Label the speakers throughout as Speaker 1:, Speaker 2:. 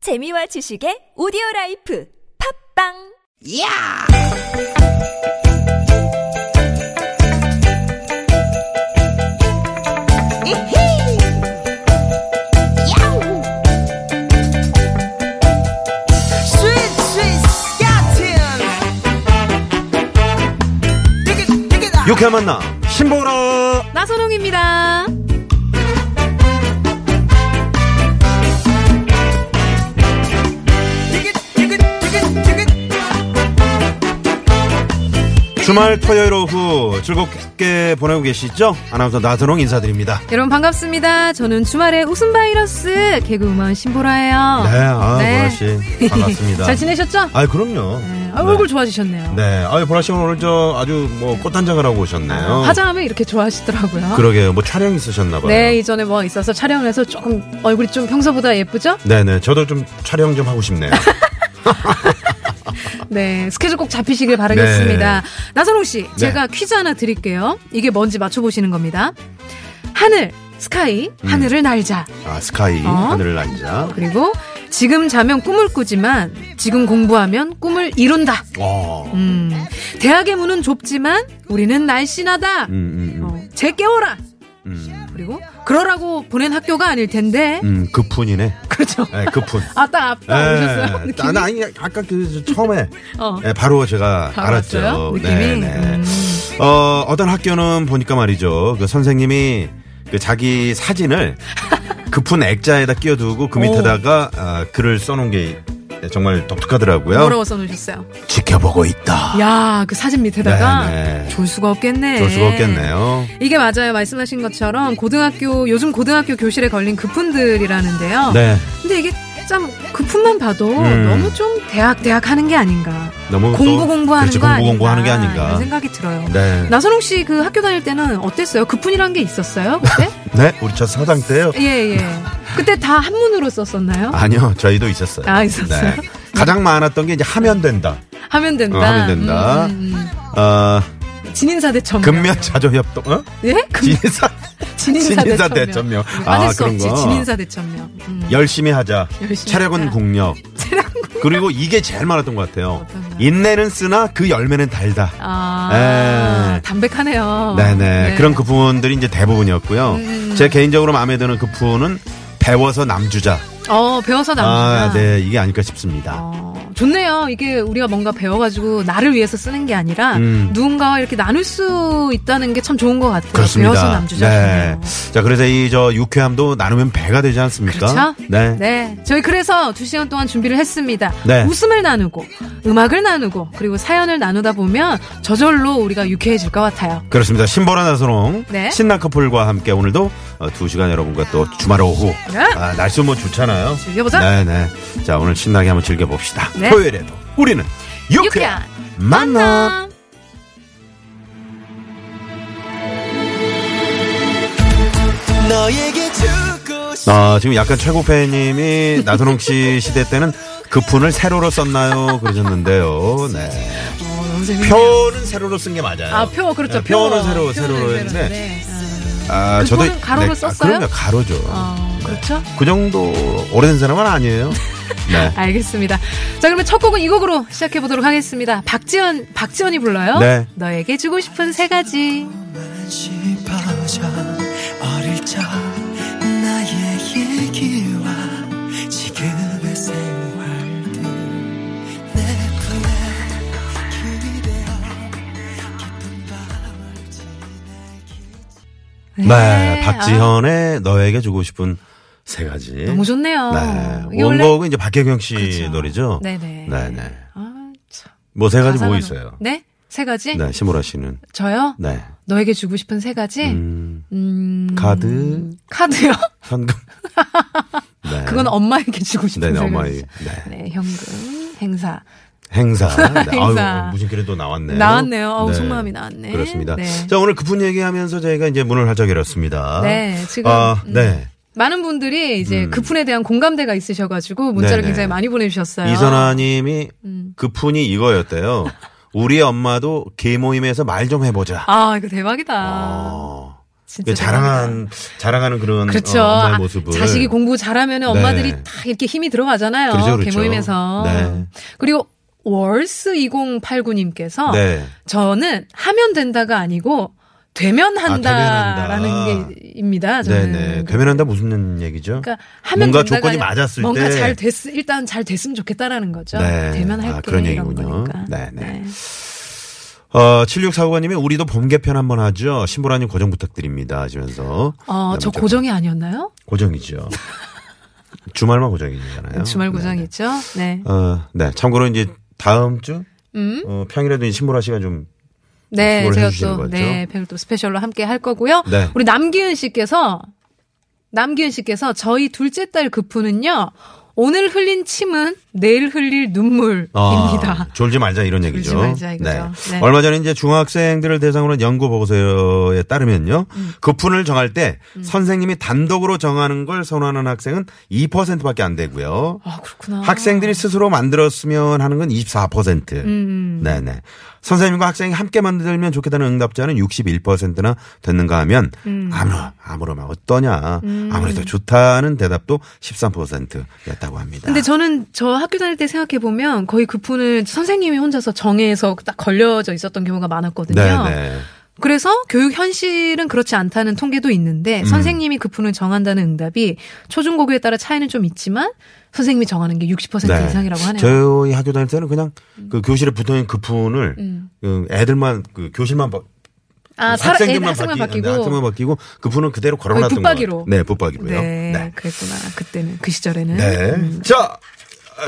Speaker 1: 재미와 지식의 오디오 라이프 팝빵!
Speaker 2: 야! 이히! 야우! 스윗 스윗 스카틴! 되게 되게 나.
Speaker 3: 유쾌한 만남 신보라
Speaker 4: 나선홍입니다.
Speaker 2: 되게 되게 되게 되게
Speaker 3: 주말 토요일 오후 즐겁게 보내고 계시죠? 아나운서 나선홍 인사드립니다.
Speaker 4: 여러분 반갑습니다. 저는 주말에 웃음 바이러스 개그우먼 신보라예요.
Speaker 3: 네, 아
Speaker 4: 네.
Speaker 3: 보라 씨 반갑습니다.
Speaker 4: 잘 지내셨죠?
Speaker 3: 아 그럼요.
Speaker 4: 네. 아, 얼굴 좋아지셨네요.
Speaker 3: 네, 아 보라 씨 오늘 저 아주 뭐 꽃단장을 하고 오셨네요.
Speaker 4: 아, 화장하면 이렇게 좋아하시더라고요.
Speaker 3: 어. 그러게요. 뭐 촬영 있으셨나 봐요.
Speaker 4: 네, 이전에 뭐 있어서 촬영을 해서 조금 얼굴이 좀 평소보다 예쁘죠?
Speaker 3: 네, 네. 저도 좀 촬영 좀 하고 싶네요.
Speaker 4: 네, 스케줄 꼭 잡히시길 바라겠습니다. 나선홍 씨,
Speaker 3: 네.
Speaker 4: 제가 퀴즈 하나 드릴게요. 이게 뭔지 맞춰보시는 겁니다. 하늘, 스카이,
Speaker 3: 음.
Speaker 4: 하늘을 날자.
Speaker 3: 아 스카이
Speaker 4: 어?
Speaker 3: 하늘을 앉아.
Speaker 4: 그리고 지금 자면 꿈을 꾸지만 지금 공부하면 꿈을 이룬다.
Speaker 3: 어.
Speaker 4: 음, 대학의 문은 좁지만 우리는 날씬하다.
Speaker 3: 음, 음, 음,
Speaker 4: 어, 제 깨워라.
Speaker 3: 음,
Speaker 4: 그리고 그러라고 보낸 학교가 아닐 텐데.
Speaker 3: 음, 그푼이네.
Speaker 4: 그렇죠.
Speaker 3: 네, 그푼.
Speaker 4: 아, 딱 앞다 오셨어요.
Speaker 3: 예,
Speaker 4: 느낌이?
Speaker 3: 아, 나 아니 아까 그 처음에
Speaker 4: 어.
Speaker 3: 예, 바로 제가
Speaker 4: 바로 왔어요?
Speaker 3: 알았죠. 네,
Speaker 4: 느낌이? 음.
Speaker 3: 어, 어떤 학교는 보니까 말이죠. 그 선생님이 그 자기 사진을 급한 액자에다 끼워두고 그 밑에다가 아, 글을 써놓은 게 정말 독특하더라고요.
Speaker 4: 뭐라고 써놓으셨어요?
Speaker 3: 지켜보고 있다.
Speaker 4: 야, 그 사진 밑에다가
Speaker 3: 네, 네.
Speaker 4: 좋을 수가 없겠네.
Speaker 3: 좋을 수가 없겠네요.
Speaker 4: 이게 맞아요. 말씀하신 것처럼 고등학교, 요즘 고등학교 교실에 걸린 급훈들이라는데요.
Speaker 3: 네,
Speaker 4: 근데 이게 참 급훈만 봐도
Speaker 3: 음.
Speaker 4: 너무 좀 대학, 대학 하는 게 아닌가.
Speaker 3: 너무 또-
Speaker 4: 공부 공부하는
Speaker 3: 그렇지,
Speaker 4: 거
Speaker 3: 공부
Speaker 4: 아닌가.
Speaker 3: 공부하는 게 아닌가.
Speaker 4: 이런 생각이 들어요.
Speaker 3: 네,
Speaker 4: 나선홍 씨 그 학교 다닐 때는 어땠어요? 급훈이란 게 있었어요? 그때?
Speaker 3: 네, 우리 저 사당 때요.
Speaker 4: 예, 예. 그때 다 한문으로 썼었나요?
Speaker 3: 아니요, 저희도 있었어요. 네.
Speaker 4: 아, 있었어요?
Speaker 3: 가장 많았던 게 이제 하면 된다.
Speaker 4: 하면 된다.
Speaker 3: 어, 하면 된다.
Speaker 4: 음,
Speaker 3: 어,
Speaker 4: 음. 진인사대 전명
Speaker 3: 근면 자조협동, 어?
Speaker 4: 예? 금,
Speaker 3: 진사,
Speaker 4: 진인사대
Speaker 3: 진인사
Speaker 4: 전명
Speaker 3: 대천명.
Speaker 4: 빠질
Speaker 3: 아,
Speaker 4: 수
Speaker 3: 그런
Speaker 4: 없지.
Speaker 3: 거. 예.
Speaker 4: 진인사대 전명 음.
Speaker 3: 열심히 하자.
Speaker 4: 열심히
Speaker 3: 체력은
Speaker 4: 하자.
Speaker 3: 공력. 그리고 이게 제일 많았던 것 같아요.
Speaker 4: 어떤 거요?
Speaker 3: 인내는 쓰나 그 열매는 달다.
Speaker 4: 아,
Speaker 3: 예.
Speaker 4: 담백하네요. 음,
Speaker 3: 네네.
Speaker 4: 네.
Speaker 3: 그런 그분들이 이제 대부분이었고요. 제 개인적으로 마음에 드는 그분은 배워서 남주자.
Speaker 4: 어, 배워서 남는다.
Speaker 3: 아, 네. 이게 아닐까 싶습니다.
Speaker 4: 어, 좋네요. 이게 우리가 뭔가 배워가지고 나를 위해서 쓰는 게 아니라
Speaker 3: 음.
Speaker 4: 누군가와 이렇게 나눌 수 있다는 게 참 좋은 것 같아요.
Speaker 3: 그렇습니다.
Speaker 4: 배워서 남주자.
Speaker 3: 네.
Speaker 4: 좋네요.
Speaker 3: 자, 그래서 이 저 유쾌함도 나누면 배가 되지 않습니까?
Speaker 4: 그렇죠?
Speaker 3: 네.
Speaker 4: 네. 저희 그래서 두 시간 동안 준비를 했습니다.
Speaker 3: 네.
Speaker 4: 웃음을 나누고, 음악을 나누고, 그리고 사연을 나누다 보면 저절로 우리가 유쾌해질 것 같아요.
Speaker 3: 그렇습니다. 신보라 나선홍
Speaker 4: 네.
Speaker 3: 신나 커플과 함께 오늘도 어, 두 시간 여러분과 또 주말 오후
Speaker 4: 네.
Speaker 3: 아, 날씨 뭐 좋잖아요.
Speaker 4: 즐겨보자.
Speaker 3: 네네. 자 오늘 신나게 한번 즐겨봅시다.
Speaker 4: 네.
Speaker 3: 토요일에도 우리는 유쾌
Speaker 4: 유쾌한
Speaker 3: 만남.
Speaker 2: 너에게 주고 싶
Speaker 3: 아 지금 약간 최고팬님이 나선홍 씨 시대 때는 그 푼을 세로로 썼나요? 그러셨는데요. 네.
Speaker 4: 어, 너무 재밌네요.
Speaker 3: 표는 세로로 쓴 게 맞아요.
Speaker 4: 아, 표, 그렇죠.
Speaker 3: 네, 표는
Speaker 4: 표.
Speaker 3: 세로, 세로로
Speaker 4: 표는
Speaker 3: 했는데.
Speaker 4: 세로인데. 네.
Speaker 3: 아,
Speaker 4: 그 폰은 가로로 썼어요?
Speaker 3: 그럼요, 가로죠.
Speaker 4: 어, 그렇죠.
Speaker 3: 그 정도 오래된 사람은 아니에요. 네.
Speaker 4: 알겠습니다. 자, 그러면 첫 곡은 이 곡으로 시작해 보도록 하겠습니다. 박지연, 박지연이 불러요.
Speaker 3: 네.
Speaker 4: 너에게 주고 싶은 세 가지.
Speaker 2: 싶어져 어릴 적 나의 얘기와 지금의 생활들 내 품에 기대어 깊은 밤을 지내기
Speaker 3: 네, 박지현의 너에게 주고 싶은 세 가지.
Speaker 4: 아, 너무 좋네요.
Speaker 3: 네.
Speaker 4: 이게 원래-
Speaker 3: 원곡은 이제 박혜경 씨
Speaker 4: 그렇죠.
Speaker 3: 노래죠.
Speaker 4: 네네.
Speaker 3: 네네.
Speaker 4: 아, 참.
Speaker 3: 뭐 세 가지 뭐
Speaker 4: 가사가
Speaker 3: 있어요?
Speaker 4: 너무- 네? 세 가지?
Speaker 3: 네, 심보라 씨는.
Speaker 4: 저요?
Speaker 3: 네.
Speaker 4: 너에게 주고 싶은 세 가지?
Speaker 3: 음,
Speaker 4: 음,
Speaker 3: 카드,
Speaker 4: 카드요?
Speaker 3: 현금. 네.
Speaker 4: 그건 엄마에게 주고 싶은
Speaker 3: 네네,
Speaker 4: 세
Speaker 3: 엄마의.
Speaker 4: 가지.
Speaker 3: 네.
Speaker 4: 네, 현금, 행사.
Speaker 3: 행사. 네.
Speaker 4: 행사.
Speaker 3: 아유, 무슨 길에 또 나왔네요.
Speaker 4: 나왔네요. 아우, 속마음이 나왔네.
Speaker 3: 그렇습니다.
Speaker 4: 네.
Speaker 3: 자, 오늘 그분 얘기하면서 저희가 이제 문을 활짝 열었습니다.
Speaker 4: 네, 지금,
Speaker 3: 아,
Speaker 4: 음,
Speaker 3: 네. 음.
Speaker 4: 많은 분들이 이제 그 푼에 대한 공감대가 있으셔가지고 문자를
Speaker 3: 네네.
Speaker 4: 굉장히 많이 보내주셨어요. 음.
Speaker 3: 이선아 님이 그 푼이 이거였대요. 우리 엄마도 개 모임에서 말 좀 해보자.
Speaker 4: 아, 이거 대박이다.
Speaker 3: 어.
Speaker 4: 진짜
Speaker 3: 자랑한 자랑하는 그런
Speaker 4: 그렇죠.
Speaker 3: 어, 엄마의
Speaker 4: 아,
Speaker 3: 모습을
Speaker 4: 자식이 공부 잘하면 은
Speaker 3: 네.
Speaker 4: 엄마들이 다 이렇게 힘이 들어가잖아요.
Speaker 3: 그렇죠, 그렇죠.
Speaker 4: 개모임에서.
Speaker 3: 네.
Speaker 4: 그리고 월스 2089님께서
Speaker 3: 네.
Speaker 4: 저는 하면 된다가 아니고 되면
Speaker 3: 아, 되면 한다.
Speaker 4: 한다라는 게입니다. 아, 저는.
Speaker 3: 네네. 되면한다 무슨 얘기죠?
Speaker 4: 그러니까 하면
Speaker 3: 음. 뭔가
Speaker 4: 된다가
Speaker 3: 조건이
Speaker 4: 아니라
Speaker 3: 맞았을
Speaker 4: 뭔가
Speaker 3: 때.
Speaker 4: 잘 됐, 일단 잘 됐으면 좋겠다라는 거죠.
Speaker 3: 네.
Speaker 4: 되면
Speaker 3: 아,
Speaker 4: 할게
Speaker 3: 그런
Speaker 4: 이런
Speaker 3: 얘기군요.
Speaker 4: 거니까.
Speaker 3: 네, 네. 어, 7649번님이 우리도 봄 개편 한번 하죠. 신보라님 고정 부탁드립니다. 하시면서.
Speaker 4: 어,
Speaker 3: 네,
Speaker 4: 저
Speaker 3: 문자
Speaker 4: 고정이 아니었나요?
Speaker 3: 고정이죠. 주말만 고정이잖아요.
Speaker 4: 주말
Speaker 3: 네.
Speaker 4: 고정이죠. 네.
Speaker 3: 어, 네. 참고로 이제 다음 주
Speaker 4: 음.
Speaker 3: 어, 평일에도 이 신보라 씨가 좀
Speaker 4: 네,
Speaker 3: 수고를
Speaker 4: 제가
Speaker 3: 해주시는
Speaker 4: 또,
Speaker 3: 거죠.
Speaker 4: 네, 별또 스페셜로 함께 할 거고요.
Speaker 3: 네.
Speaker 4: 우리 남기은 씨께서, 남기은 씨께서 저희 둘째 딸 급부는요, 오늘 흘린 침은 내일 흘릴 눈물입니다.
Speaker 3: 아, 졸지 말자 이런 얘기죠.
Speaker 4: 졸지 말자 이거죠. 네.
Speaker 3: 얼마 전에 이제 중학생들을 대상으로 한 연구 보고서에 따르면요.
Speaker 4: 음.
Speaker 3: 급분을 정할 때 선생님이 단독으로 정하는 걸 선호하는 학생은 2%밖에 안 되고요.
Speaker 4: 아, 그렇구나.
Speaker 3: 학생들이 스스로 만들었으면 하는 건 24%.
Speaker 4: 음,
Speaker 3: 네네. 선생님과 학생이 함께 만들면 좋겠다는 응답자는 61%나 됐는가 하면
Speaker 4: 음.
Speaker 3: 아무나 아무나 어떠냐 아무래도 좋다는 대답도 13%였다고 합니다.
Speaker 4: 근데 저는 저 학교 다닐 때 생각해 보면 거의 그 급분을 선생님이 혼자서 정해서 딱 걸려져 있었던 경우가 많았거든요.
Speaker 3: 네네.
Speaker 4: 그래서 교육 현실은 그렇지 않다는 통계도 있는데
Speaker 3: 음.
Speaker 4: 선생님이 그 분을 정한다는 응답이 초중고교에 따라 차이는 좀 있지만 선생님이 정하는 게 60%
Speaker 3: 네.
Speaker 4: 이상이라고 하네요. 음.
Speaker 3: 저희 학교 다닐 때는 그냥 그 교실에 붙어 있는 그 푼을 그 애들만 그 교실만 바, 그
Speaker 4: 아, 살아- 애- 학생만
Speaker 3: 바뀌-
Speaker 4: 바뀌고
Speaker 3: 네, 학생만 바뀌고 그 푼은 그대로 걸어놨던
Speaker 4: 거의 붓박이로.
Speaker 3: 것 같아요. 네, 붙박이로요.
Speaker 4: 네,
Speaker 3: 네.
Speaker 4: 그랬구나. 그때는 그 시절에는
Speaker 3: 네. 자,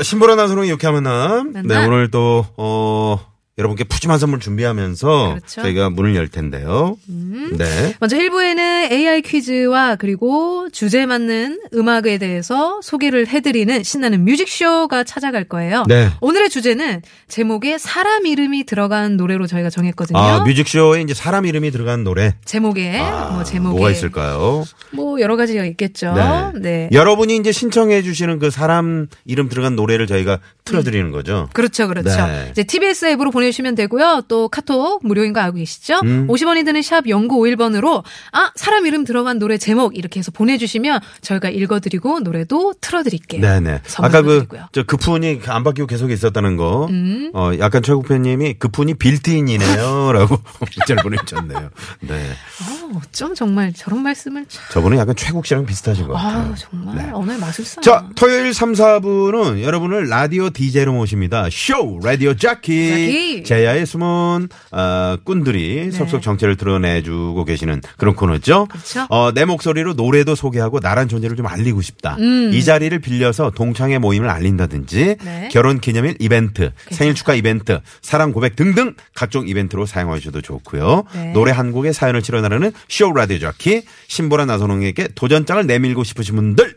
Speaker 3: 신보라 나선홍이 이렇게 하면 남.
Speaker 4: 만남.
Speaker 3: 네, 오늘 또, 어, 여러분께 푸짐한 선물 준비하면서
Speaker 4: 그렇죠. 음.
Speaker 3: 저희가 문을 열 텐데요. 네.
Speaker 4: 먼저 1부에는 AI 퀴즈와 그리고 주제 맞는 음악에 대해서 소개를 해드리는 신나는 뮤직쇼가 찾아갈 거예요.
Speaker 3: 네.
Speaker 4: 오늘의 주제는 제목에 사람 이름이 들어간 노래로 저희가 정했거든요.
Speaker 3: 아, 뮤직쇼에 이제 사람 이름이 들어간 노래.
Speaker 4: 제목에
Speaker 3: 아,
Speaker 4: 뭐 제목에
Speaker 3: 뭐가 있을까요?
Speaker 4: 뭐 여러 가지가 있겠죠. 네.
Speaker 3: 여러분이 이제 신청해 주시는 그 사람 이름 들어간 노래를 저희가 틀어드리는 거죠.
Speaker 4: 그렇죠, 그렇죠.
Speaker 3: 네.
Speaker 4: 이제 TBS 앱으로 보내주시면 되고요. 또 카톡 무료인 거 알고 계시죠?
Speaker 3: 음.
Speaker 4: 50원이 드는 샵 0951번으로 아, 사람 이름 들어간 노래 제목 이렇게 해서 보내주시면 저희가 읽어드리고 노래도 틀어드릴게요.
Speaker 3: 네네.
Speaker 4: 예. 선물도
Speaker 3: 아까 그,
Speaker 4: 드리고요. 음.
Speaker 3: 저, 그푼이 안 바뀌고 계속 있었다는 거. 어, 약간 최국표님이 그푼이 빌트인이네요. 라고 문자를 보내주셨네요. 네.
Speaker 4: 아, 어쩜 정말 저런 말씀을 참.
Speaker 3: 저분은 약간 최국 씨랑 비슷하신 것 같아요. 네.
Speaker 4: 아유, 정말. 오늘 마술사.
Speaker 3: 자, 토요일 3, 4부는 여러분을 라디오 DJ로 모십니다. 쇼! 라디오
Speaker 4: 자키. 네.
Speaker 3: 자키! 제야의 숨은, 어, 꾼들이 섭섭 정체를 드러내주고 계시는 그런 코너죠.
Speaker 4: 그렇죠.
Speaker 3: 어, 내 목소리로 노래도 소개하고 나란 존재를 좀 알리고 싶다. 이 자리를 빌려서 동창회 모임을 알린다든지,
Speaker 4: 음. 네.
Speaker 3: 결혼 기념일 이벤트, 생일 축하 이벤트, 사랑 고백 등등 각종 이벤트로 사용하셔도 좋고요.
Speaker 4: 네.
Speaker 3: 노래 한 곡의 사연을 실어나르는 쇼 라디오 자키 신보라 나선홍에게 도전장을 내밀고 싶으신 분들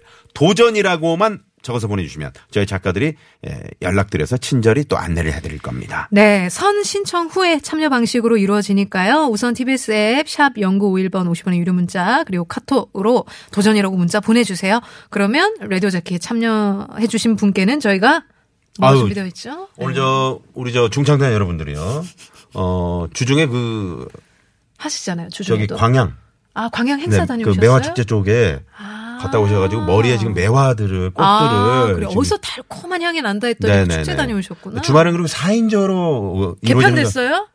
Speaker 3: 도전이라고만 적어서 보내주시면 저희 작가들이 예, 연락드려서 친절히 또 안내를 해드릴 겁니다.
Speaker 4: 네, 선 신청 후에 참여 방식으로 이루어지니까요. 우선 TBS 앱, 샵 0951번 50원의 유료 문자, 그리고 카톡으로 도전이라고 문자 보내주세요. 그러면 라디오 자키에 참여해주신 분께는 저희가 뭐
Speaker 3: 아유,
Speaker 4: 준비되어 있죠?
Speaker 3: 네.
Speaker 4: 네,
Speaker 3: 오늘 저 우리 저 중창단 여러분들이요. 어 주중에 그
Speaker 4: 하시잖아요, 주중에.
Speaker 3: 저기
Speaker 4: 도
Speaker 3: 광양
Speaker 4: 아, 광양 행사
Speaker 3: 네, 그
Speaker 4: 다녀오셨어요?
Speaker 3: 매화 축제 쪽에
Speaker 4: 아.
Speaker 3: 갔다 오셔가지고 머리에 지금 매화들을 꽃들을
Speaker 4: 아, 그래.
Speaker 3: 지금
Speaker 4: 어디서 달콤한 향이 난다 했더니
Speaker 3: 네네네.
Speaker 4: 축제 다녀오셨구나.
Speaker 3: 주말은 그리고 4인조로
Speaker 4: 개편됐어요?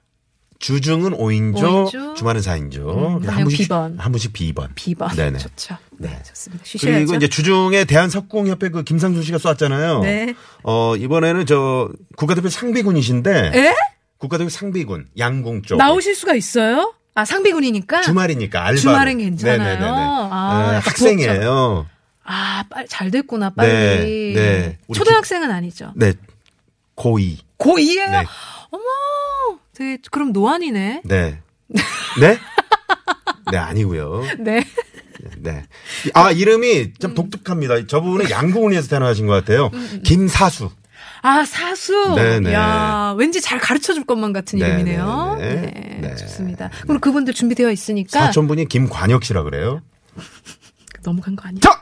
Speaker 3: 주중은 5인조,
Speaker 4: 5인조.
Speaker 3: 주말은 4인조. 그래서
Speaker 4: 음, 그냥
Speaker 3: 한 분씩
Speaker 4: 비번.
Speaker 3: 한 분씩 비번.
Speaker 4: 비바.
Speaker 3: 네네.
Speaker 4: 좋죠. 네, 좋습니다. 쉬셔야죠.
Speaker 3: 그리고 이제 주중에 대한석공협회 그 김상준 씨가 쐈잖아요.
Speaker 4: 네.
Speaker 3: 어, 이번에는 저 국가대표 상비군이신데
Speaker 4: 에?
Speaker 3: 국가대표 상비군 양궁 쪽
Speaker 4: 나오실 수가 있어요? 아, 상비군이니까?
Speaker 3: 어, 주말이니까 네, 알바
Speaker 4: 주말은 괜찮아요. 아, 약간
Speaker 3: 네, 학생이에요.
Speaker 4: 아, 빨, 잘 됐구나,
Speaker 3: 네,
Speaker 4: 빨리.
Speaker 3: 네. 우리
Speaker 4: 초등학생은 아니죠.
Speaker 3: 네. 고2.
Speaker 4: 고2예요
Speaker 3: 네.
Speaker 4: 어머! 되게, 그럼 노안이네.
Speaker 3: 네. 네? 네, 아니고요.
Speaker 4: 네.
Speaker 3: 네. 아, 이름이 참
Speaker 4: 음.
Speaker 3: 독특합니다. 저분은 양궁원에서 태어나신 것 같아요. 김사수.
Speaker 4: 아, 사수.
Speaker 3: 네, 네.
Speaker 4: 야, 왠지 잘 가르쳐 줄 것만 같은
Speaker 3: 네,
Speaker 4: 이름이네요.
Speaker 3: 네,
Speaker 4: 네,
Speaker 3: 네. 네.
Speaker 4: 좋습니다. 그럼 그분들 준비되어 있으니까
Speaker 3: 사촌분이 김관혁 씨라 그래요.
Speaker 4: 넘어간 거 아니에요?
Speaker 3: 자!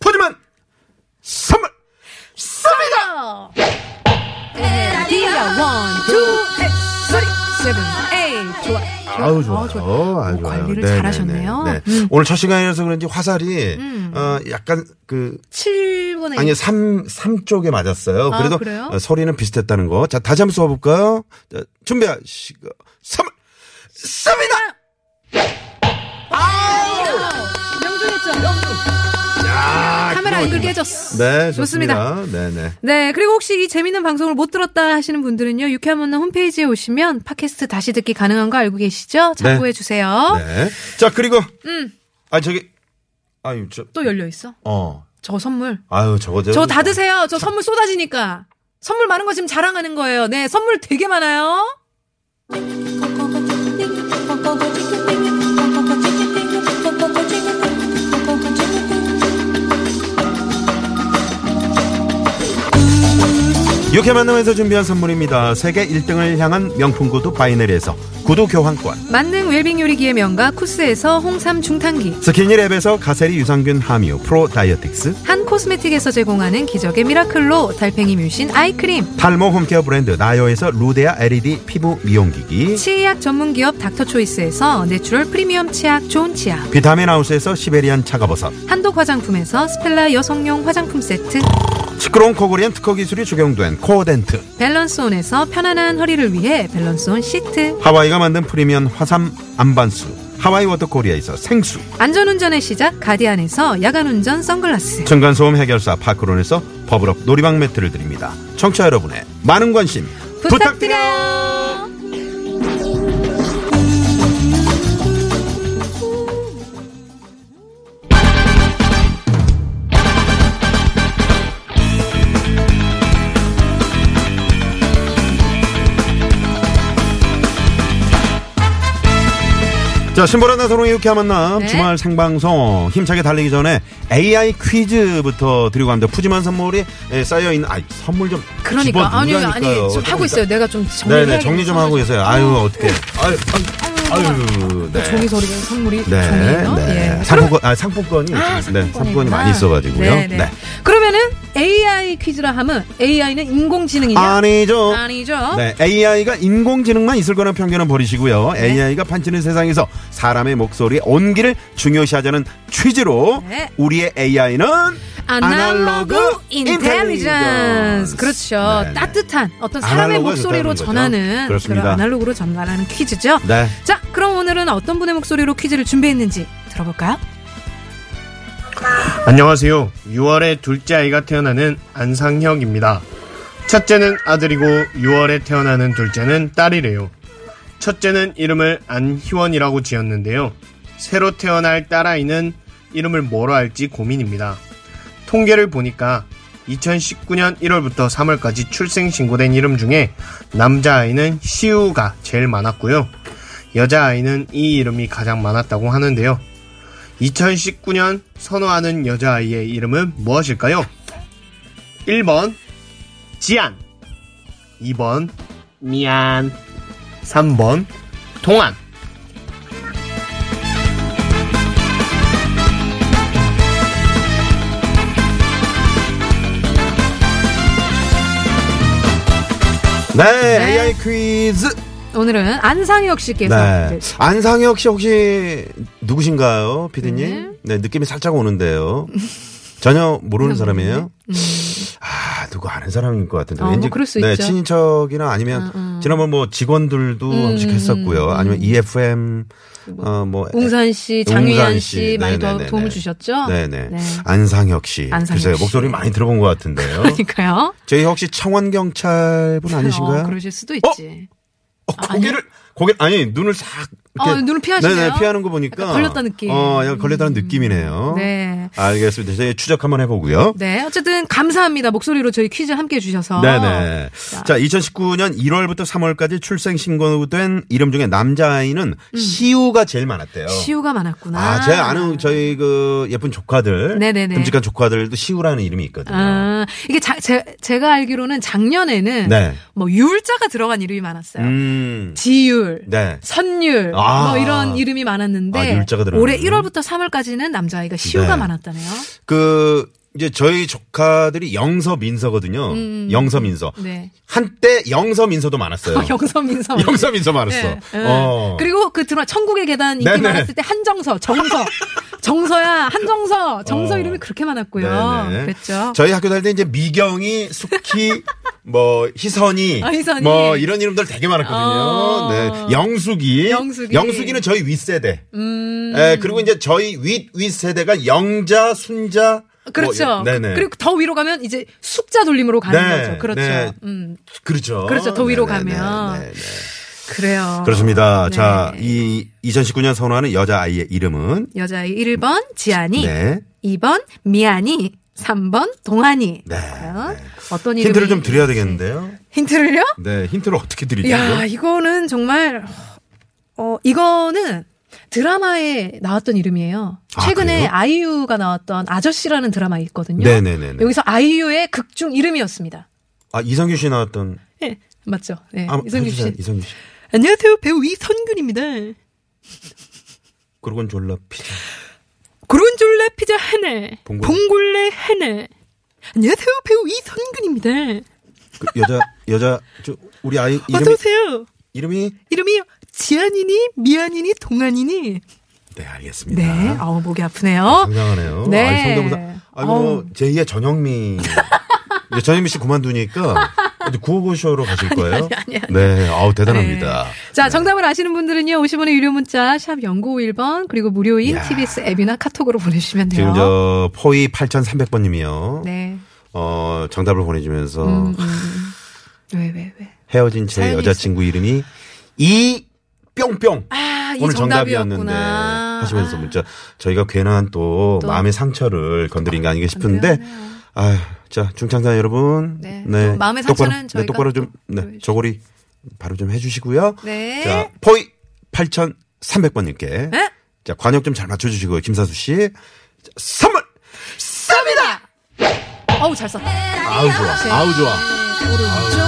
Speaker 3: 푸짐한 선물! 쏩니다!
Speaker 4: 에디야 원, 투, 셋, 쓰리, 세븐, 에잇. 좋아.
Speaker 3: 아우 좋아요.
Speaker 4: 아, 좋아요.
Speaker 3: 아유,
Speaker 4: 오,
Speaker 3: 좋아요.
Speaker 4: 관리를
Speaker 3: 네, 네,
Speaker 4: 잘하셨네요.
Speaker 3: 네, 네.
Speaker 4: 음.
Speaker 3: 오늘 첫 시간이라서 그런지 화살이
Speaker 4: 음.
Speaker 3: 어, 약간 그
Speaker 4: 7분의
Speaker 3: 아니 삼 삼 쪽에 맞았어요.
Speaker 4: 아,
Speaker 3: 그래도
Speaker 4: 그래요?
Speaker 3: 어, 소리는 비슷했다는 거. 자 다시 한번 쏘볼까요? 준비하시고 삼 쏩니다.
Speaker 4: 명중했죠.
Speaker 3: 야,
Speaker 4: 카메라
Speaker 3: 기가
Speaker 4: 앵글
Speaker 3: 막힙니다.
Speaker 4: 깨졌어.
Speaker 3: 네
Speaker 4: 좋습니다.
Speaker 3: 좋습니다. 네네.
Speaker 4: 네, 그리고 혹시 이 재밌는 방송을 못 들었다 하시는 분들은요, 유쾌한 만남 홈페이지에 오시면 팟캐스트 다시 듣기 가능한 거 알고 계시죠? 참고해 주세요.
Speaker 3: 네. 자 그리고
Speaker 4: 음.
Speaker 3: 아 저기 아유 저
Speaker 4: 또 열려 있어.
Speaker 3: 어.
Speaker 4: 저 선물.
Speaker 3: 아유 저거
Speaker 4: 저 다 드세요. 저 선물 쏟아지니까. 선물 많은 거 지금 자랑하는 거예요. 네, 선물 되게 많아요.
Speaker 3: 이렇게 만나면서 준비한 선물입니다. 세계 1등을 향한 명품 구두 바이네리에서 구두 교환권,
Speaker 4: 만능 웰빙 요리기의 명가 쿠스에서 홍삼 중탕기.
Speaker 3: 스키니랩에서 가세리 유산균 함유 프로 다이어틱스,
Speaker 4: 한 코스메틱에서 제공하는 기적의 미라클로 달팽이 뮤신 아이크림.
Speaker 3: 탈모 홈케어 브랜드 나요에서 루데아 LED 피부 미용기기,
Speaker 4: 치약 전문기업 닥터초이스에서 내추럴 프리미엄 치약 좋은 치약.
Speaker 3: 비타민 하우스에서 시베리안 차가버섯,
Speaker 4: 한독 화장품에서 스펠라 여성용 화장품 세트.
Speaker 3: 시끄러운 코골이엔 특허 기술이 적용된 코어덴트,
Speaker 4: 밸런스온에서 편안한 허리를 위해 밸런스온 시트.
Speaker 3: 하와이가 만든 프리미엄 화삼 안반수, 하와이 워터 코리아에서 생수,
Speaker 4: 안전운전의 시작 가디안에서 야간운전 선글라스.
Speaker 3: 층간소음 해결사 파크론에서 버블업 놀이방 매트를 드립니다. 청취자 여러분의 많은 관심 부탁드려요.
Speaker 4: 부탁드려요.
Speaker 3: 자, 신보라 나선홍의 유쾌한 만남
Speaker 4: 네.
Speaker 3: 주말 생방송 힘차게 달리기 전에 AI 퀴즈부터 드리고 갑니다. 푸짐한 선물이 에, 쌓여있는, 아이, 선물 좀.
Speaker 4: 그러니까 아니
Speaker 3: 집어넣으라니까요.
Speaker 4: 아니 좀 하고 있어요. 내가 좀 정리.
Speaker 3: 네네, 정리 좀 하고 계세요. 아유, 어떡해. 아유, 아유, 아유, 네.
Speaker 4: 그 종이 소리가 선물이
Speaker 3: 네,
Speaker 4: 종이에요.
Speaker 3: 네.
Speaker 4: 예.
Speaker 3: 상품권, 아, 상품권이.
Speaker 4: 아,
Speaker 3: 네, 상품권이
Speaker 4: 상품권이구나.
Speaker 3: 많이 있어가지고요.
Speaker 4: 네, 네. 그러면은 AI 퀴즈라 하면 AI는 인공지능이냐?
Speaker 3: 아니죠.
Speaker 4: 아니죠.
Speaker 3: 네, AI가 인공지능만 있을 거란 편견은 버리시고요.
Speaker 4: 네.
Speaker 3: AI가 판치는 세상에서 사람의 목소리, 온기를 중요시하자는 취지로
Speaker 4: 네.
Speaker 3: 우리의 AI는
Speaker 4: 아날로그 인텔리전스
Speaker 3: 인텔리전스.
Speaker 4: 그렇죠
Speaker 3: 네, 네.
Speaker 4: 따뜻한 어떤 사람의
Speaker 3: 아날로그가
Speaker 4: 목소리로
Speaker 3: 좋다는 거죠.
Speaker 4: 전하는
Speaker 3: 그렇습니다.
Speaker 4: 런 아날로그로 전하는 퀴즈죠
Speaker 3: 네.
Speaker 4: 자 그럼 오늘은 어떤 분의 목소리로 퀴즈를 준비했는지 들어볼까요
Speaker 5: 안녕하세요. 6월에 둘째 아이가 태어나는 안상혁입니다. 첫째는 아들이고 6월에 태어나는 둘째는 딸이래요. 첫째는 이름을 안희원이라고 지었는데요. 새로 태어날 딸아이는 이름을 뭐로 할지 고민입니다. 통계를 보니까 2019년 1월부터 3월까지 출생 신고된 이름 중에 남자아이는 시우가 제일 많았고요. 여자아이는 이 이름이 가장 많았다고 하는데요. 2019년 선호하는 여자아이의 이름은 무엇일까요? 1번 지안 2번 미안 3번 동안
Speaker 3: 네, AI 퀴즈.
Speaker 4: 오늘은 안상혁 씨께서
Speaker 3: 네.
Speaker 4: 네.
Speaker 3: 안상혁 씨 혹시 누구신가요, 피디님? 네, 느낌이 살짝 오는데요. 전혀 모르는 사람이에요. 아, 누구 아는 사람인 것 같은데.
Speaker 4: 음. 어, 뭐 그럴 수
Speaker 3: 네,
Speaker 4: 있죠. 음,
Speaker 3: 친인척이나 아니면 지난번 뭐 직원들도 한 번씩 했었고요. 아니면 EFM 어, 뭐
Speaker 4: 웅산 씨, 장유연
Speaker 3: 웅산
Speaker 4: 씨,
Speaker 3: 씨.
Speaker 4: 많이 도,
Speaker 3: 네네네네.
Speaker 4: 도움을 주셨죠?
Speaker 3: 네네.
Speaker 4: 네.
Speaker 3: 안상혁 씨.
Speaker 4: 안상혁
Speaker 3: 글쎄요,
Speaker 4: 씨.
Speaker 3: 목소리 많이 들어본 것 같은데요.
Speaker 4: 그러니까요.
Speaker 3: 저희 혹시 청원경찰분 아니신가요?
Speaker 4: 어, 그러실 수도 있지.
Speaker 3: 어, 고개를 고개 아니 눈을 싹
Speaker 4: 아, 어, 눈을 피하시네요.
Speaker 3: 네네, 피하는 거 보니까
Speaker 4: 약간 걸렸다 느낌. 음.
Speaker 3: 어, 약간 걸렸다는 느낌이네요.
Speaker 4: 네.
Speaker 3: 알겠습니다. 저희 추적 한번 해보고요.
Speaker 4: 네. 어쨌든 감사합니다. 목소리로 저희 퀴즈 함께 해주셔서.
Speaker 3: 네네. 자, 2019년 1월부터 3월까지 출생 신고된 이름 중에 남자아이는 시우가 제일 많았대요.
Speaker 4: 음. 시우가 많았구나.
Speaker 3: 아, 제 아는 저희 그 예쁜 조카들,
Speaker 4: 네네네.
Speaker 3: 듬직한 조카들도 시우라는 이름이 있거든요.
Speaker 4: 아, 이게 자- 제, 제가 알기로는 작년에는
Speaker 3: 네.
Speaker 4: 뭐 율자가 들어간 이름이 많았어요.
Speaker 3: 음,
Speaker 4: 지율,
Speaker 3: 네.
Speaker 4: 선율,
Speaker 3: 아.
Speaker 4: 뭐 이런 이름이 많았는데
Speaker 3: 아, 율자가 들어가는구나.
Speaker 4: 올해 1월부터 3월까지는 남자아이가 시우가
Speaker 3: 네.
Speaker 4: 많았다네요.
Speaker 3: 그 이제 저희 조카들이 영서 민서거든요.
Speaker 4: 음.
Speaker 3: 영서 민서.
Speaker 4: 네.
Speaker 3: 한때 영서 민서도 많았어요.
Speaker 4: 아, 영서 민서.
Speaker 3: 영서 민서 많았어.
Speaker 4: 네. 네.
Speaker 3: 어.
Speaker 4: 그리고 그 드라마 천국의 계단 인기
Speaker 3: 네네.
Speaker 4: 많았을 때 한정서, 정서, 정서야 한정서, 정서
Speaker 3: 어.
Speaker 4: 이름이 그렇게 많았고요.
Speaker 3: 네네.
Speaker 4: 그랬죠.
Speaker 3: 저희 학교 다닐 때 이제 미경이, 숙희, 뭐 희선이,
Speaker 4: 아, 희선이.
Speaker 3: 뭐 이런 이름들 되게 많았거든요.
Speaker 4: 어.
Speaker 3: 네. 영숙이,
Speaker 4: 영숙이. 음.
Speaker 3: 는 저희 윗세대. 예, 그리고 이제 저희 윗 윗세대가 영자, 순자, 뭐
Speaker 4: 그렇죠.
Speaker 3: 이런- 네네.
Speaker 4: 그리고 더 위로 가면 이제 숙자 돌림으로 가는
Speaker 3: 네,
Speaker 4: 거죠. 그렇죠.
Speaker 3: 네.
Speaker 4: 음,
Speaker 3: 그렇죠.
Speaker 4: 그렇죠. 더 위로
Speaker 3: 네네네네.
Speaker 4: 가면.
Speaker 3: 네, 네.
Speaker 4: 그래요.
Speaker 3: 그렇습니다.
Speaker 4: 네.
Speaker 3: 자, 이 2019년 선호하는 여자 아이의 이름은
Speaker 4: 여자아이 1번 지안이,
Speaker 3: 네.
Speaker 4: 2번 미안이, 3번 동안이.
Speaker 3: 네,
Speaker 4: 과연
Speaker 3: 네.
Speaker 4: 어떤 이름이
Speaker 3: 힌트를 좀 드려야 되겠는데요.
Speaker 4: 힌트를요?
Speaker 3: 네, 힌트를 어떻게 드리죠?
Speaker 4: 야, 이거는 정말 어 이거는 드라마에 나왔던 이름이에요.
Speaker 3: 아,
Speaker 4: 최근에
Speaker 3: 그래요?
Speaker 4: 아, 이유가 나왔던 아저씨라는 드라마 있거든요.
Speaker 3: 네네네네.
Speaker 4: 여기서 아이유의 극중 이름이었습니다.
Speaker 3: 아, 이성규 씨 나왔던
Speaker 4: 예, 맞죠? 예,
Speaker 3: 아,
Speaker 4: 이성규 씨.
Speaker 3: 해주세요, 이성규 씨.
Speaker 4: 안녕하세요. 배우 이선균입니다.
Speaker 3: 그러곤 졸라 피자.
Speaker 4: 고론졸라 피자 하나,
Speaker 3: 봉골레.
Speaker 4: 봉골레 하나. 안녕하세요. 배우 이선균입니다.
Speaker 3: 그 여자 여자 저 우리 아이
Speaker 4: 어서
Speaker 3: 이름이
Speaker 4: 오세요.
Speaker 3: 이름이
Speaker 4: 이름이 지안이니 미안이니 동안이니.
Speaker 3: 네, 알겠습니다.
Speaker 4: 네, 아우 목이 아프네요.
Speaker 3: 그- 상당하네요.
Speaker 4: 네.
Speaker 3: 아이, 성대모사. 아이고 뭐
Speaker 4: 어우.
Speaker 3: 제2의 전영미. 이제 전영미 씨 그만두니까 어디 구호고쇼로 가실 거예요?
Speaker 4: 아니, 아니.
Speaker 3: 네, 아우 대단합니다.
Speaker 4: 네. 자, 정답을 아시는 분들은요, 50원의 유료 문자, 샵 0951번, 그리고 무료인
Speaker 3: 야.
Speaker 4: TBS 앱이나 카톡으로 보내주시면 돼요.
Speaker 3: 지금 저 포이 8,300번님이요.
Speaker 4: 네.
Speaker 3: 어 정답을 보내주면서
Speaker 4: 음, 음, 음. 왜, 왜, 왜.
Speaker 3: 헤어진 제
Speaker 4: 사연이
Speaker 3: 여자친구 이름이 이 뿅뿅.
Speaker 4: 아, 이
Speaker 3: 오늘 정답이었는데
Speaker 4: 정답이었구나.
Speaker 3: 하시면서
Speaker 4: 아,
Speaker 3: 문자 저희가 괜한 또,
Speaker 4: 또.
Speaker 3: 마음의 상처를 건드린 게 아닌가 싶은데
Speaker 4: 그래요, 그래요.
Speaker 3: 아휴 자 중창단 여러분
Speaker 4: 네, 또 마음의
Speaker 3: 똑바로,
Speaker 4: 상처는
Speaker 3: 네,
Speaker 4: 저희가
Speaker 3: 똑바로
Speaker 4: 또
Speaker 3: 좀네
Speaker 4: 보여주죠.
Speaker 3: 저고리 바로 좀 해주시고요
Speaker 4: 네.
Speaker 3: 자 포이 8,300번님께
Speaker 4: 네?
Speaker 3: 자 관역 좀 잘 맞춰주시고요 김사수 씨 자, 선물 쌉니다
Speaker 4: 어우, 잘 썼다.
Speaker 3: 아우
Speaker 4: 네.
Speaker 3: 좋아 아우 좋아
Speaker 4: 오른쪽,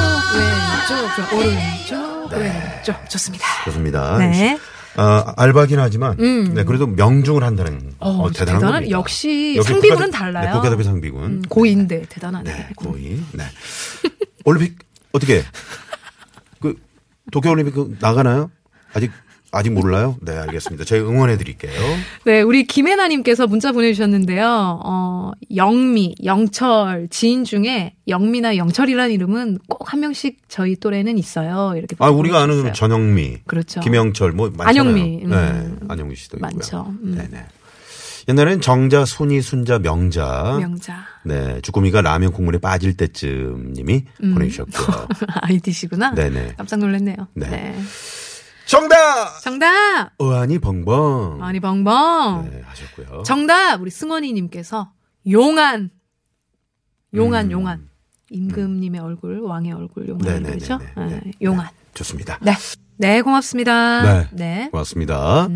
Speaker 4: 왼쪽, 좋아. 오른쪽, 왼쪽. 좋습니다.
Speaker 3: 좋습니다
Speaker 4: 네. 음.
Speaker 3: 아, 알바긴 하지만 네 그래도 명중을 한다는
Speaker 4: 어,
Speaker 3: 어, 대단한
Speaker 4: 대단한-
Speaker 3: 겁니다.
Speaker 4: 역시 상비군은
Speaker 3: 국가대-
Speaker 4: 달라요.
Speaker 3: 네, 국가대표 상비군.
Speaker 4: 음, 고인데, 대단하네. 음.
Speaker 3: 네, 고이. 네. 올림픽 어떻게 그 도쿄 올림픽 그 나가나요? 아직 아직 몰라요? 네, 알겠습니다. 저희 응원해 드릴게요.
Speaker 4: 네, 우리 김혜나님께서 문자 보내주셨는데요. 어, 영미, 영철, 지인 중에 영미나 영철이라는 이름은 꼭 한 명씩 저희 또래는 있어요. 이렇게.
Speaker 3: 아, 우리가 아는
Speaker 4: 보내주셨어요.
Speaker 3: 전영미,
Speaker 4: 그렇죠.
Speaker 3: 김영철 뭐 많잖아요.
Speaker 4: 안영미. 음.
Speaker 3: 네, 안영미 씨도 있고요.
Speaker 4: 많죠. 음.
Speaker 3: 네, 네. 옛날에는 정자, 순이, 순자, 명자.
Speaker 4: 명자.
Speaker 3: 네, 주꾸미가 라면 국물에 빠질 때쯤 님이
Speaker 4: 음.
Speaker 3: 보내주셨고요.
Speaker 4: 아이디시구나.
Speaker 3: 네네.
Speaker 4: 깜짝 놀랐네요.
Speaker 3: 네.
Speaker 4: 네.
Speaker 3: 정답!
Speaker 4: 정답!
Speaker 3: 어안이 벙벙.
Speaker 4: 아니, 벙벙.
Speaker 3: 네, 하셨고요.
Speaker 4: 정답! 우리 승원이님께서 용안. 용안, 용안. 임금님의 얼굴, 왕의 얼굴, 용안.
Speaker 3: 음. 네네네네.
Speaker 4: 그렇죠?
Speaker 3: 네.
Speaker 4: 네, 용안.
Speaker 3: 좋습니다.
Speaker 4: 네. 네, 고맙습니다.
Speaker 3: 네.
Speaker 4: 네. 음,
Speaker 3: 고맙습니다.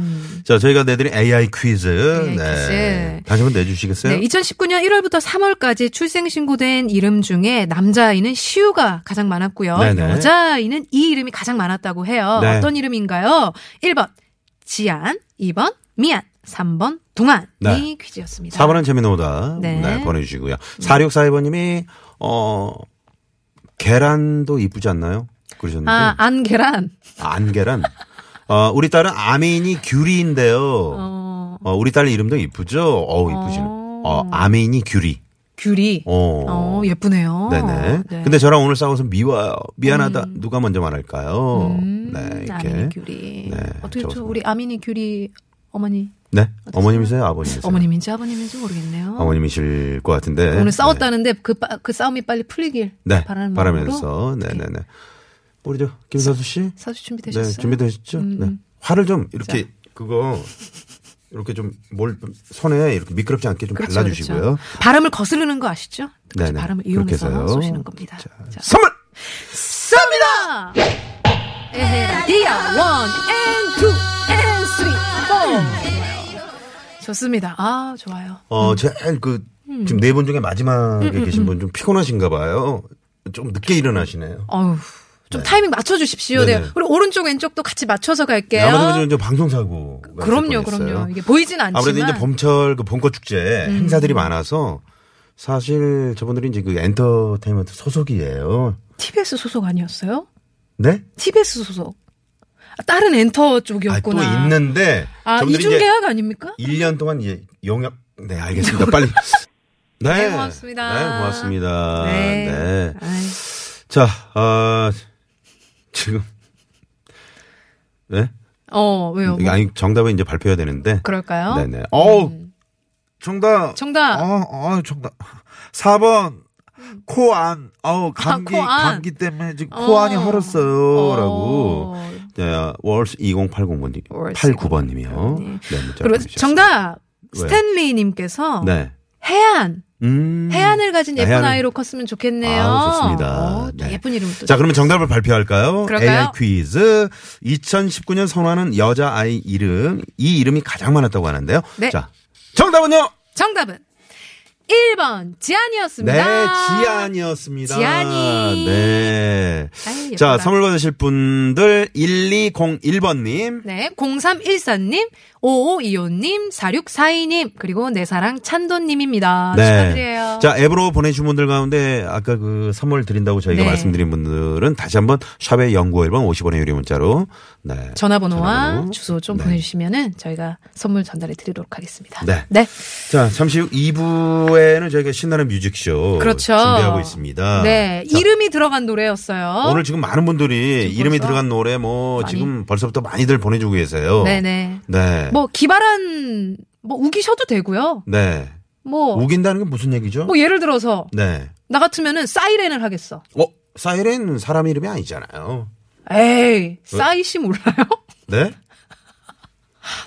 Speaker 3: 자, 저희가 내드린 AI 퀴즈.
Speaker 4: AI
Speaker 3: 네.
Speaker 4: 퀴즈.
Speaker 3: 다시 한번 내주시겠어요?
Speaker 4: 네, 2019년 1월부터 3월까지 출생신고된 이름 중에 남자아이는 시우가 가장 많았고요.
Speaker 3: 네네.
Speaker 4: 여자아이는 이 이름이 가장 많았다고 해요.
Speaker 3: 네.
Speaker 4: 어떤 이름인가요? 1번 지안, 2번 미안, 3번 동안이
Speaker 3: 네.
Speaker 4: 퀴즈였습니다.
Speaker 3: 4번은 재미오다 네.
Speaker 4: 네.
Speaker 3: 보내주시고요. 4642번님이, 어, 계란도 이쁘지 않나요? 그러셨는데.
Speaker 4: 아, 안 계란.
Speaker 3: 안 계란. 어, 우리 딸은 아메인이 귤이인데요. 어.
Speaker 4: 어,
Speaker 3: 우리 딸 이름도 이쁘죠? 어우, 이쁘시네.
Speaker 4: 어.
Speaker 3: 어, 아메인이 귤이.
Speaker 4: 귤이. 어,
Speaker 3: 어.
Speaker 4: 예쁘네요.
Speaker 3: 네네.
Speaker 4: 네.
Speaker 3: 근데 저랑 오늘 싸워서 미워요. 미안하다. 누가 먼저 말할까요?
Speaker 4: 음,
Speaker 3: 네,
Speaker 4: 아미니
Speaker 3: 이렇게.
Speaker 4: 귤이.
Speaker 3: 네,
Speaker 4: 어떻게 저
Speaker 3: 적었습니다.
Speaker 4: 우리 아미니 귤이 어머니
Speaker 3: 네. 어머님이세요? 아버님이세요?
Speaker 4: 어머님인지 아버님인지 모르겠네요.
Speaker 3: 어머님이실 것 같은데.
Speaker 4: 오늘 싸웠다는데 그, 빠- 그 싸움이 빨리 풀리길
Speaker 3: 네.
Speaker 4: 바라는 마음으로
Speaker 3: 바라면서. 네네네. 우리 저 김사수 씨.
Speaker 4: 사수
Speaker 3: 네.
Speaker 4: 준비되셨어요? 음.
Speaker 3: 준비되셨죠? 네. 화를 좀 이렇게 그거 이렇게 좀 뭘 손에 이렇게 미끄럽지 않게 좀
Speaker 4: 그렇죠,
Speaker 3: 발라주시고요.
Speaker 4: 그렇죠. 바람을 거스르는 거 아시죠? 그렇죠,
Speaker 3: 네네.
Speaker 4: 바람을
Speaker 3: 그렇게
Speaker 4: 이용해서
Speaker 3: 해서요.
Speaker 4: 쏘시는 겁니다. 자,
Speaker 3: 선물!
Speaker 4: 쏩니다! 에헤라 디아 원, 앤, 투, 앤, 쓰리, 포 좋습니다. 아 좋아요.
Speaker 3: 어, 제일 그
Speaker 4: 음.
Speaker 3: 지금 네 분 중에 마지막에 계신 분 좀 피곤하신가 봐요. 좀 늦게 일어나시네요.
Speaker 4: 어우 좀 타이밍 맞춰 주십시오. 네.
Speaker 3: 네네. 네,
Speaker 4: 우리 오른쪽 왼쪽도 같이 맞춰서 갈게요.
Speaker 3: 아마도 저- 저 방송사고.
Speaker 4: 그럼요, 그럼요. 이게 보이진 않지만 음.
Speaker 3: 아무래도 이제 봄철 그 봄꽃 축제 행사들이 많아서 사실 저분들이 이제 그 엔터테인먼트 소속이에요.
Speaker 4: TBS 소속 아니었어요?
Speaker 3: 네?
Speaker 4: TBS 소속. 아, 다른 엔터
Speaker 3: 아, 또
Speaker 4: 쪽이었구나.
Speaker 3: 있는데
Speaker 4: 아,
Speaker 3: 저분들이
Speaker 4: 이중
Speaker 3: 이제
Speaker 4: 계약 아닙니까?
Speaker 3: 1년 동안 이제 용역 네, 알겠습니다. 빨리. 네.
Speaker 4: 네, 고맙습니다.
Speaker 3: 네, 고맙습니다.
Speaker 4: 네.
Speaker 3: 네.
Speaker 4: 아이,
Speaker 3: 자, 아 지금 네?
Speaker 4: 어, 왜요? 뭐,
Speaker 3: 아니 정답은 이제 발표해야 되는데.
Speaker 4: 그럴까요?
Speaker 3: 네네. 어우 정답.
Speaker 4: 음. 정답. 음.
Speaker 6: 어, 어, 정답. 4번. 코 안, 어우, 감기,
Speaker 4: 아, 코 안.
Speaker 6: 감기 때문에 지금
Speaker 4: 어.
Speaker 6: 코 안이 헐었어요. 라고.
Speaker 4: 어.
Speaker 3: 네, 월스 2080번님,
Speaker 4: 월스
Speaker 3: 89번님이요.
Speaker 4: 네.
Speaker 3: 네, 문자
Speaker 4: 그리고
Speaker 3: 보내주셨습니다.
Speaker 4: 정답
Speaker 3: 왜요?
Speaker 4: 스탠리님께서
Speaker 3: 네.
Speaker 4: 해안
Speaker 3: 음.
Speaker 4: 해안을 가진 예쁜
Speaker 3: 해안을-
Speaker 4: 아이로 컸으면 좋겠네요.
Speaker 3: 아우, 좋습니다.
Speaker 4: 어, 또
Speaker 3: 네.
Speaker 4: 예쁜 이름 또.
Speaker 3: 자, 그러면 정답을 발표할까요?
Speaker 4: 그럴까요?
Speaker 3: AI 퀴즈. 2019년 선화는 여자아이 이름. 이 이름이 가장 많았다고 하는데요.
Speaker 4: 네.
Speaker 3: 자, 정답은요?
Speaker 4: 정답은 1번 지안이었습니다.
Speaker 3: 네, 지안이었습니다.
Speaker 4: 지안이.
Speaker 3: 네.
Speaker 4: 아이, 예쁘다.
Speaker 3: 자, 선물 받으실 분들 1201번님.
Speaker 4: 네, 0314님, 5525님, 4642님, 그리고 내 사랑 찬도님입니다. 아, 축하드려요.
Speaker 3: 네. 자, 앱으로 보내주신 분들 가운데 아까 그 선물 드린다고 저희가
Speaker 4: 네.
Speaker 3: 말씀드린 분들은 다시 한번 샵의 연구 1번 50원의 유리 문자로 네.
Speaker 4: 전화번호와
Speaker 3: 전화번호.
Speaker 4: 주소 좀
Speaker 3: 네.
Speaker 4: 보내주시면은 저희가 선물 전달해 드리도록 하겠습니다.
Speaker 3: 네.
Speaker 4: 네.
Speaker 3: 자, 잠시 후 2부에는 저희가 신나는 뮤직쇼
Speaker 4: 그렇죠.
Speaker 3: 준비하고 있습니다.
Speaker 4: 네,
Speaker 3: 자,
Speaker 4: 이름이 들어간 노래였어요.
Speaker 3: 오늘 지금 많은 분들이
Speaker 4: 지금
Speaker 3: 이름이
Speaker 4: 벌써
Speaker 3: 들어간 노래 뭐
Speaker 4: 많이.
Speaker 3: 지금 벌써부터 많이들 보내주고 계세요.
Speaker 4: 네네.
Speaker 3: 네.
Speaker 4: 뭐 기발한 뭐 우기셔도 되고요.
Speaker 3: 네.
Speaker 4: 뭐,
Speaker 3: 우긴다는 게 무슨 얘기죠?
Speaker 4: 뭐 예를 들어서
Speaker 3: 네.
Speaker 4: 나 같으면은 사이렌을 하겠어.
Speaker 3: 어, 사이렌 사람 이름이 아니잖아요.
Speaker 4: 에이, 싸이 씨 몰라요?
Speaker 3: 네?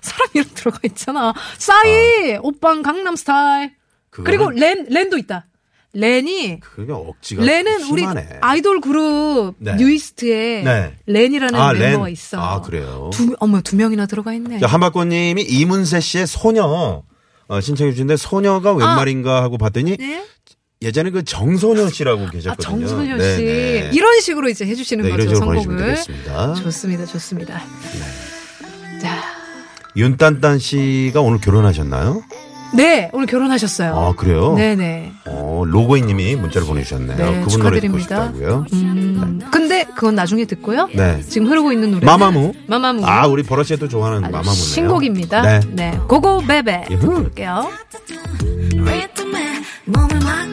Speaker 4: 사람 이름 들어가 있잖아. 싸이, 오빵 강남 스타일.
Speaker 3: 아. 그거는-
Speaker 4: 그리고 렌, 렌도 있다. 렌이,
Speaker 3: 그게 억지가
Speaker 4: 렌은 우리
Speaker 3: 심하네.
Speaker 4: 아이돌 그룹
Speaker 3: 네.
Speaker 4: 뉴이스트에
Speaker 3: 네.
Speaker 4: 렌이라는
Speaker 3: 아,
Speaker 4: 멤버가
Speaker 3: 렌.
Speaker 4: 있어.
Speaker 3: 아, 그래요?
Speaker 4: 두, 어머, 두 명이나 들어가 있네.
Speaker 3: 자, 한박꽃님이 이문세 씨의 소녀 어, 신청해 주신데 소녀가 웬
Speaker 4: 아.
Speaker 3: 말인가 하고 봤더니
Speaker 4: 네?
Speaker 3: 예전에 그 정소녀 씨라고
Speaker 4: 아,
Speaker 3: 계셨거든요.
Speaker 4: 정소녀
Speaker 3: 네,
Speaker 4: 씨.
Speaker 3: 네.
Speaker 4: 이런 식으로 이제 해주시는
Speaker 3: 네, 이런
Speaker 4: 거죠,
Speaker 3: 식으로 보내주면
Speaker 4: 선곡을.
Speaker 3: 되겠습니다.
Speaker 4: 좋습니다, 좋습니다. 자,
Speaker 3: 윤딴딴 씨가 오늘 결혼하셨나요?
Speaker 4: 네, 오늘 결혼하셨어요.
Speaker 3: 아, 그래요?
Speaker 4: 네네.
Speaker 3: 어, 로고이님이 문자를 보내주셨네요.
Speaker 4: 네,
Speaker 3: 그분 노래 듣고
Speaker 4: 축하드립니다.
Speaker 3: 싶다고요.
Speaker 4: 음, 근데 그건 나중에 듣고요.
Speaker 3: 네.
Speaker 4: 지금 흐르고 있는 노래.
Speaker 3: 마마무.
Speaker 4: 마마무.
Speaker 3: 아, 우리 버러 씨도 좋아하는
Speaker 4: 아주
Speaker 3: 마마무네요.
Speaker 4: 신곡입니다.
Speaker 3: 네.
Speaker 4: 네. 고고 베베.
Speaker 3: 예후.
Speaker 4: 볼게요.
Speaker 7: Rhythm, 몸을 막
Speaker 2: 뭐,